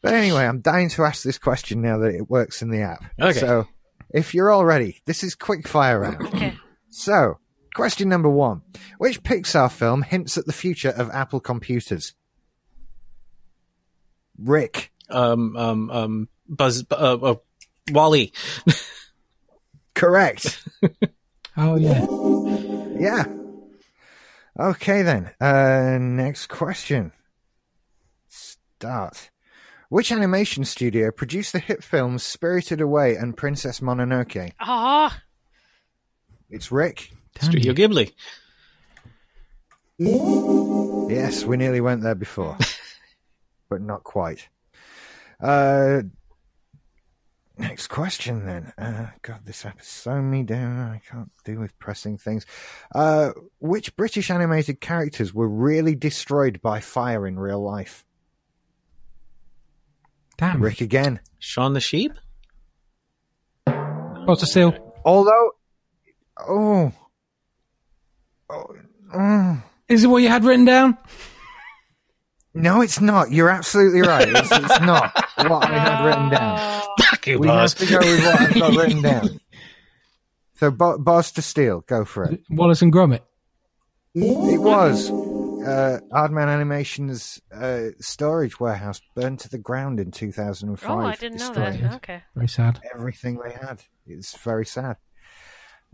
But anyway, I'm dying to ask this question now that it works in the app.
Okay.
So if you're all ready, this is quick fire round.
Okay.
So question number one, which Pixar film hints at the future of Apple computers? Rick.
Um, um, um, Buzz, uh, uh, Wally.
Correct.
Oh, yeah.
yeah. Okay then. Uh, next question. Start. Which animation studio produced the hit films Spirited Away and Princess Mononoke?
Ah.
It's Rick.
Studio Ghibli.
Yes, we nearly went there before, but not quite. Uh, next question then. Uh, God, this app is slowing me down. I can't deal with pressing things. Uh, which British animated characters were really destroyed by fire in real life?
Damn.
Rick again.
Shaun the Sheep?
Potter Seal.
Although, oh, oh, mm.
Is it what you had written down?
no, it's not. You're absolutely right. It's, it's not what I had written down.
Ah.
Fuck you,
We have to go with what I've got written down. So, Bo- Bars to Steel, go for it.
Wallace and Gromit.
It was uh, Aardman Animation's uh, storage warehouse burned to the ground in 2005.
Oh, I didn't know
destroying
that. Okay.
Very sad.
Everything they had. It's very sad.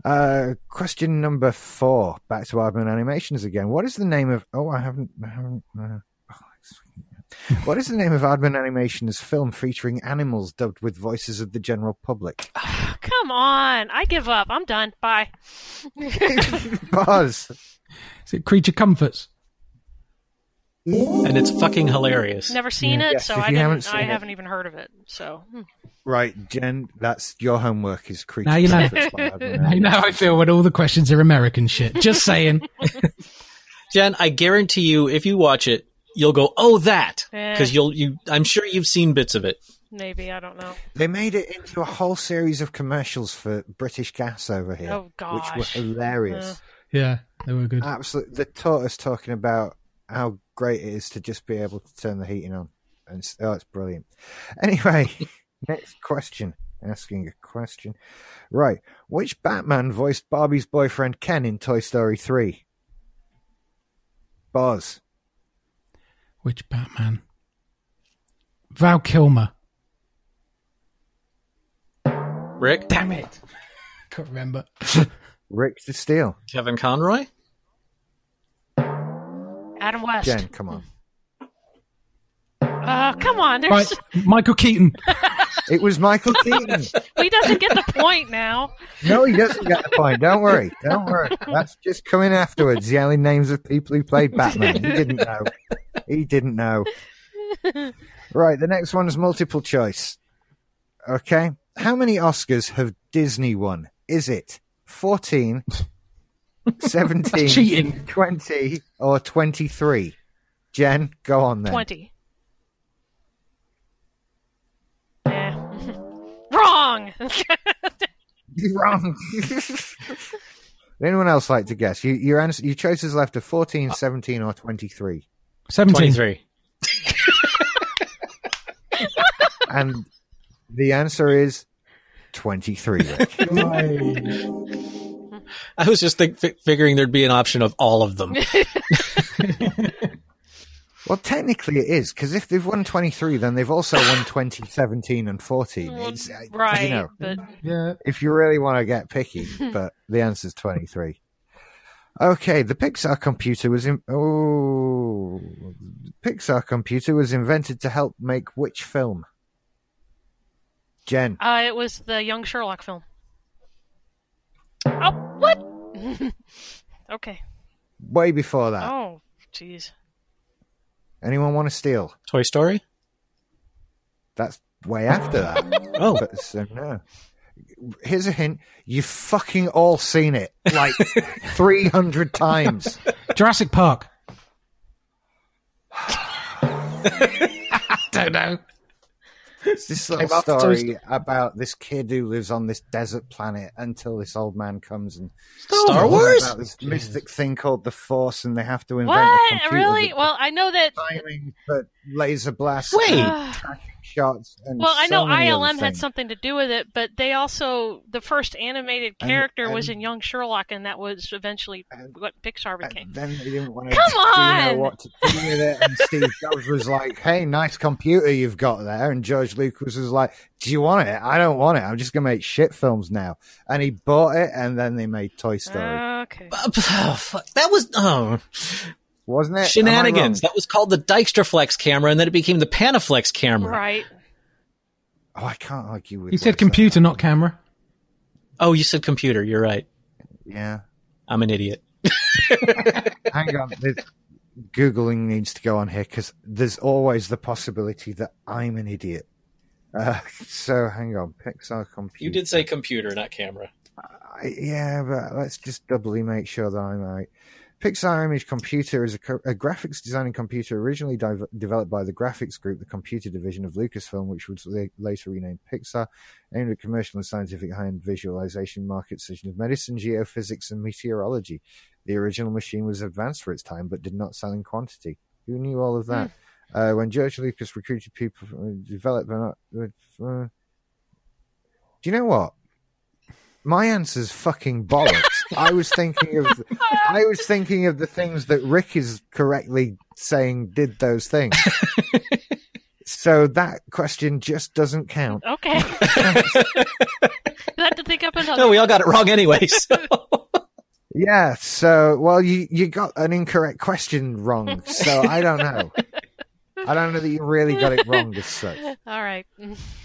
Uh, question number four. Back to Aardman Animations again. What is the name of? Oh, I haven't. I haven't. Uh, oh, it's fucking- what is the name of Aardman Animation's film featuring animals dubbed with voices of the general public?
Ah, Come on. I give up. I'm done. Bye.
Buzz.
Is it Creature Comforts?
And it's fucking hilarious.
Never seen it,
Yes,
so
if
I
you
didn't.
haven't seen
I
it-
haven't even heard of it. So hmm.
Right, Jen, that's your homework is creature
Now you know.
comforts by Admiral.
I know I feel when all the questions are American shit. Just saying.
Jen, I guarantee you, if you watch it, you'll go, "Oh, that,"
Eh.
because you'll you. I'm sure you've seen bits of it.
maybe I don't know.
They made it into a whole series of commercials for British Gas over here,
Oh, gosh. Uh.
which were hilarious.
yeah, they were good.
Absolutely, the taught us talking about how great it is to just be able to turn the heating on, and s- oh, it's brilliant. Anyway, next question. Asking a question, right? Which Batman voiced Barbie's boyfriend Ken in Toy Story Three? Buzz.
Which Batman? Val Kilmer.
Rick,
Damn it. Can't remember.
Rick the Steel.
Kevin Conroy.
Adam West.
Jen, come on.
Oh, come on.
Right,
There's
Michael Keaton.
It was Michael Keaton.
he doesn't get the point now.
No, he doesn't get the point. Don't worry. Don't worry. That's just coming afterwards, yelling names of people who played Batman. He didn't know. He didn't know. Right, the next one's multiple choice. Okay. How many Oscars have Disney won? Is it 14, 17,
cheating.
20, or 23? Jen, go on then.
Twenty. Eh. Wrong.
You're wrong. Would anyone else like to guess? You, your, answer, your choices left are 14, 17, or 23.
17.
23.
And the answer is 23. Rick.
I was just think, fi- figuring there'd be an option of all of them.
well, technically it is, because if they've won 23, then they've also won 20, 17, and 14. It's, uh,
right,
You know,
but
Yeah.
if you really want to get picky, but the answer's 23. Okay, the Pixar computer was in. Oh, the Pixar computer was invented to help make which film? Jen,
uh, it was the Young Sherlock film. Oh, what? okay.
way before that.
Oh, jeez.
Anyone want to steal?
Toy Story?
That's way after that.
Oh,
but so no. Here's a hint: you've fucking all seen it like 300 times.
Jurassic Park. I don't know.
It's this little
Came after Toy
story about this kid who lives on this desert planet until this old man comes and
Star Wars?
about this mystic thing called the Force, and they have to invent a
What?
computer
Really?
that-
Well, I know that.
timing, but laser blasts,
Wait.
Ah.
shots, and
Well, I know
so many other
ILM had
things.
something to do with it, but they also the first animated
And-
character was
and-
in Young Sherlock, and that was eventually
and-
what Pixar
And
became.
then they didn't want to
Come
know
on!
what to do with it. And Steve Jobs was like, "Hey, nice computer you've got there." And George Lucas was like, "Do you want it? I don't want it. I'm just gonna make shit films now." And he bought it, and then they made Toy Story,
Okay.
Oh, fuck. that was oh,
wasn't it? Am I wrong?
shenanigans. That was called the Dijkstra Flex camera, and then it became the Panaflex camera.
Right.
Oh, I can't argue with.
You
what's
said
that.
computer, not camera.
Oh, you said computer. You're right.
Yeah.
I'm an idiot.
Hang on. There's- Googling needs to go on here because there's always the possibility that I'm an idiot. Uh, so hang on, Pixar computer.
You did say computer, not camera.
I- yeah, but let's just doubly make sure that I'm right. Pixar Image Computer is a, co- a graphics designing computer originally div- developed by the Graphics Group, the computer division of Lucasfilm, which was la- later renamed Pixar, aimed at commercial and scientific high end visualization markets such as medicine, geophysics, and meteorology. The original machine was advanced for its time but did not sell in quantity. Who knew all of that? Uh, when George Lucas recruited people, uh, developed. Uh, uh, do you know what? My answer's fucking bollocks. I was thinking of, I was thinking of the things that Rick is correctly saying did those things. so that question just doesn't count.
Okay. you had to think up another.
No, we all got it wrong anyway. So.
Yeah. So, well, you you got an incorrect question wrong. So I don't know. I don't know that you really got it wrong as such.
All right.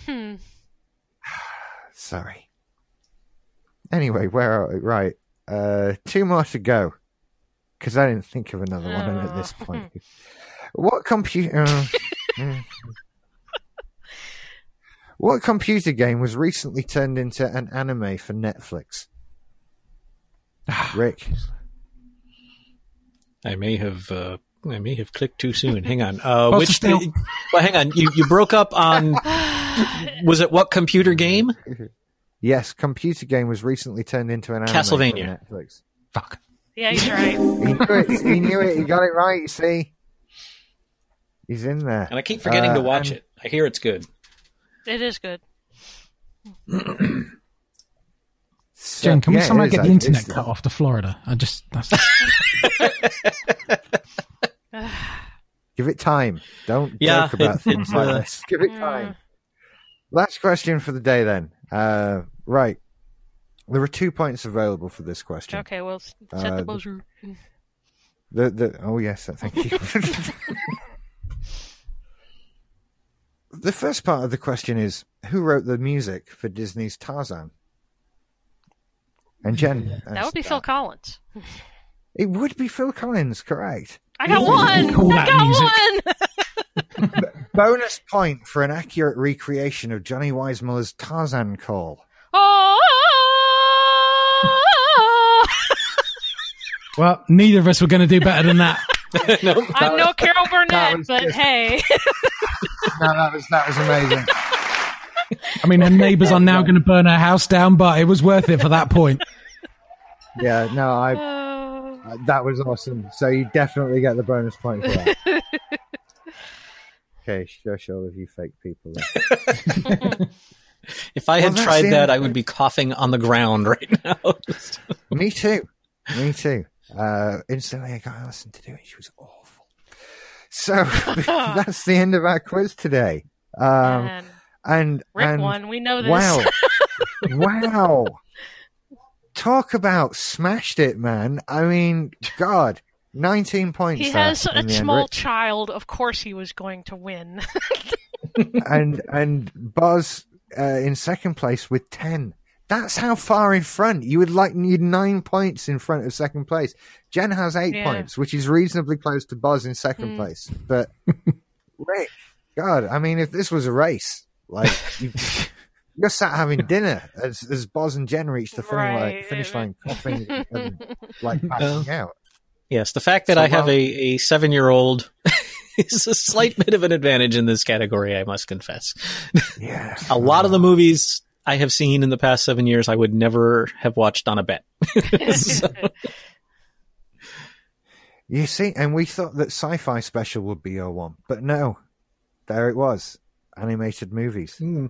Hmm.
Sorry. Anyway, where are we? Right. Uh, two more to go. Because I didn't think of another one at this point. What computer. what computer game was recently turned into an anime for Netflix? Rick.
I may have uh, I may have clicked too soon. Hang on. Uh,
Well,
which?
still-
Well, hang on. You you broke up on. Was it what computer game?
Yes, computer game was recently turned into an anime
Castlevania.
for Netflix.
Fuck.
Yeah, he's right.
He knew it. He knew it. He got it right. You see, he's in there.
And I keep forgetting to
Uh,
watch
and-
it. I hear it's good.
It is good.
So-
Jen, can
yeah,
we
it
somehow
is
get the
actually.
internet
It's-
cut off to Florida? I just. That's,
Give it time. Don't
Yeah,
joke about
it-
things
it's,
like
uh,
this. Give it
Mm.
time. Last question for the day, then. Uh, right. There are two points available for this question.
Okay, well, s- set
Uh,
the buzzer.
The, the, oh, yes, thank you. the first part of the question is Who wrote the music for Disney's Tarzan? And Jen.
That would
asked
be Phil Collins.
It would be Phil Collins, correct.
I got
What do you
one.
call
I
that
got one.
Bonus point for an accurate recreation of Johnny Weissmuller's Tarzan call.
Oh.
Well, neither of us were going to do better than that.
Nope.
I'm no Carol Burnett,
was
but
good.
hey,
No, that was that was amazing.
I mean, her neighbors are now going to burn her house down, but it was worth it for that point.
yeah, no, I
Uh,
that was awesome. So you definitely get the bonus point for that. okay, shush all of you fake people. then.
If I had
Well, that's
tried
it.
that, I would be coughing on the ground right now. Just-
Me too. Me too. Uh, instantly, I got Alison to do it. She was awful. So that's the end of our quiz today. Um,
man.
and
Rick
and
won. We know this.
wow, wow. Talk about smashed it, man. I mean, God, nineteen points.
he
there
has
in
a
the end,
small
Rick.
child. Of course, he was going to win.
and and Buzz uh, in second place with ten. That's how far in front you would like need nine points in front of second place. Jen has eight
Yeah.
points, which is reasonably close to Buzz in second
Mm.
place. But Rick, God, I mean, if this was a race, like you, you're sat having dinner as as Buzz and Jen reach the finish line,
Right.
finish line, coughing and like backing out.
yes, the fact that
So,
I have
well-
a, a seven year old is a slight bit of an advantage in this category, I must confess.
Yeah,
A lot
Ah.
of the movies I have seen in the past seven years, I would never have watched on a bet. So-
You see, and we thought that sci-fi special would be your one, but no, there it was, animated movies.
Hmm.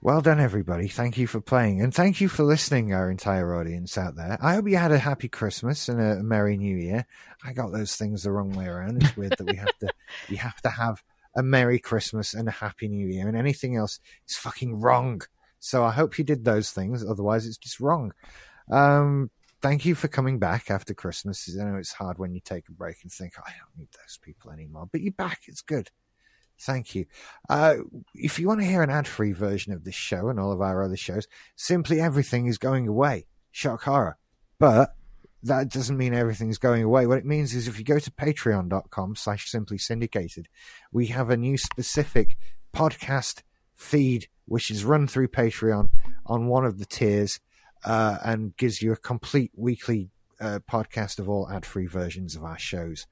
Well done, everybody. Thank you for playing, and thank you for listening, our entire audience out there. I hope you had a happy Christmas and a merry New Year. I got those things the wrong way around. It's weird that we have to, you have to have a merry Christmas and a happy New Year, and anything else is fucking wrong. So I hope you did those things. Otherwise, it's just wrong. Um, thank you for coming back after Christmas. I know it's hard when you take a break and think, I don't need those people anymore, but you're back. It's good. Thank you. Uh, if you want to hear an ad free version of this show and all of our other shows, simply everything is going away. Shock horror. But that doesn't mean everything's going away. What it means is if you go to patreon.com slash simply syndicated, we have a new specific podcast feed which is run through Patreon on one of the tiers uh, and gives you a complete weekly uh, podcast of all ad free versions of our shows.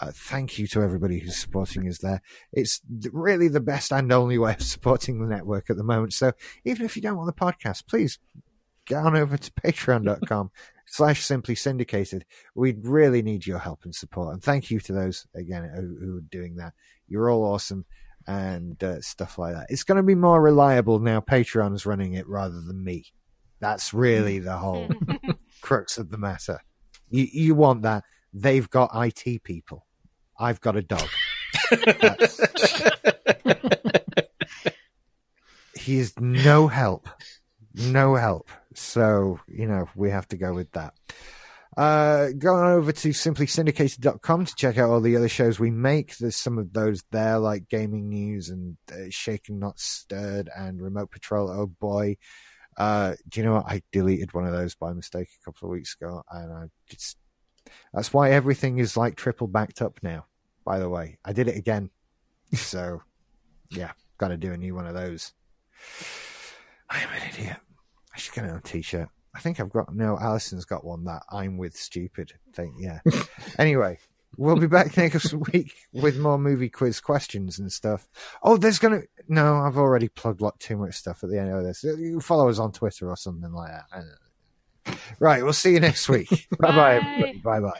Uh, thank you to everybody who's supporting us there. It's th- really the best and only way of supporting the network at the moment. So even if you don't want the podcast, please get on over to patreon.com slash simply syndicated. We really need your help and support. And thank you to those, again, who, who are doing that. You're all awesome and uh, stuff like that. It's going to be more reliable now. Patreon's running it rather than me. That's really the whole crux of the matter. You, you want that. They've got IT people. I've got a dog. That's- he is no help. No help. So, you know, we have to go with that. Uh, go on over to simplysyndicated.com to check out all the other shows we make. There's some of those there, like Gaming News and uh, Shaken Not Stirred and Remote Patrol. Oh boy. Uh, do you know what? I deleted one of those by mistake a couple of weeks ago, and I just that's why everything is like triple backed up now. By the way, I did it again, so yeah, got to do a new one of those. I am an idiot. I should get it on a t-shirt. I think I've got no. Alison's got one that I'm with stupid thing. Yeah. anyway, we'll be back next week with more movie quiz questions and stuff. Oh, there's gonna no. I've already plugged like too much stuff at the end of this. You follow us on Twitter or something like that. I don't know. Right. We'll see you next week. bye bye. Bye bye.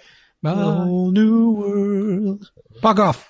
Bye.
Whole new world.
Bug off.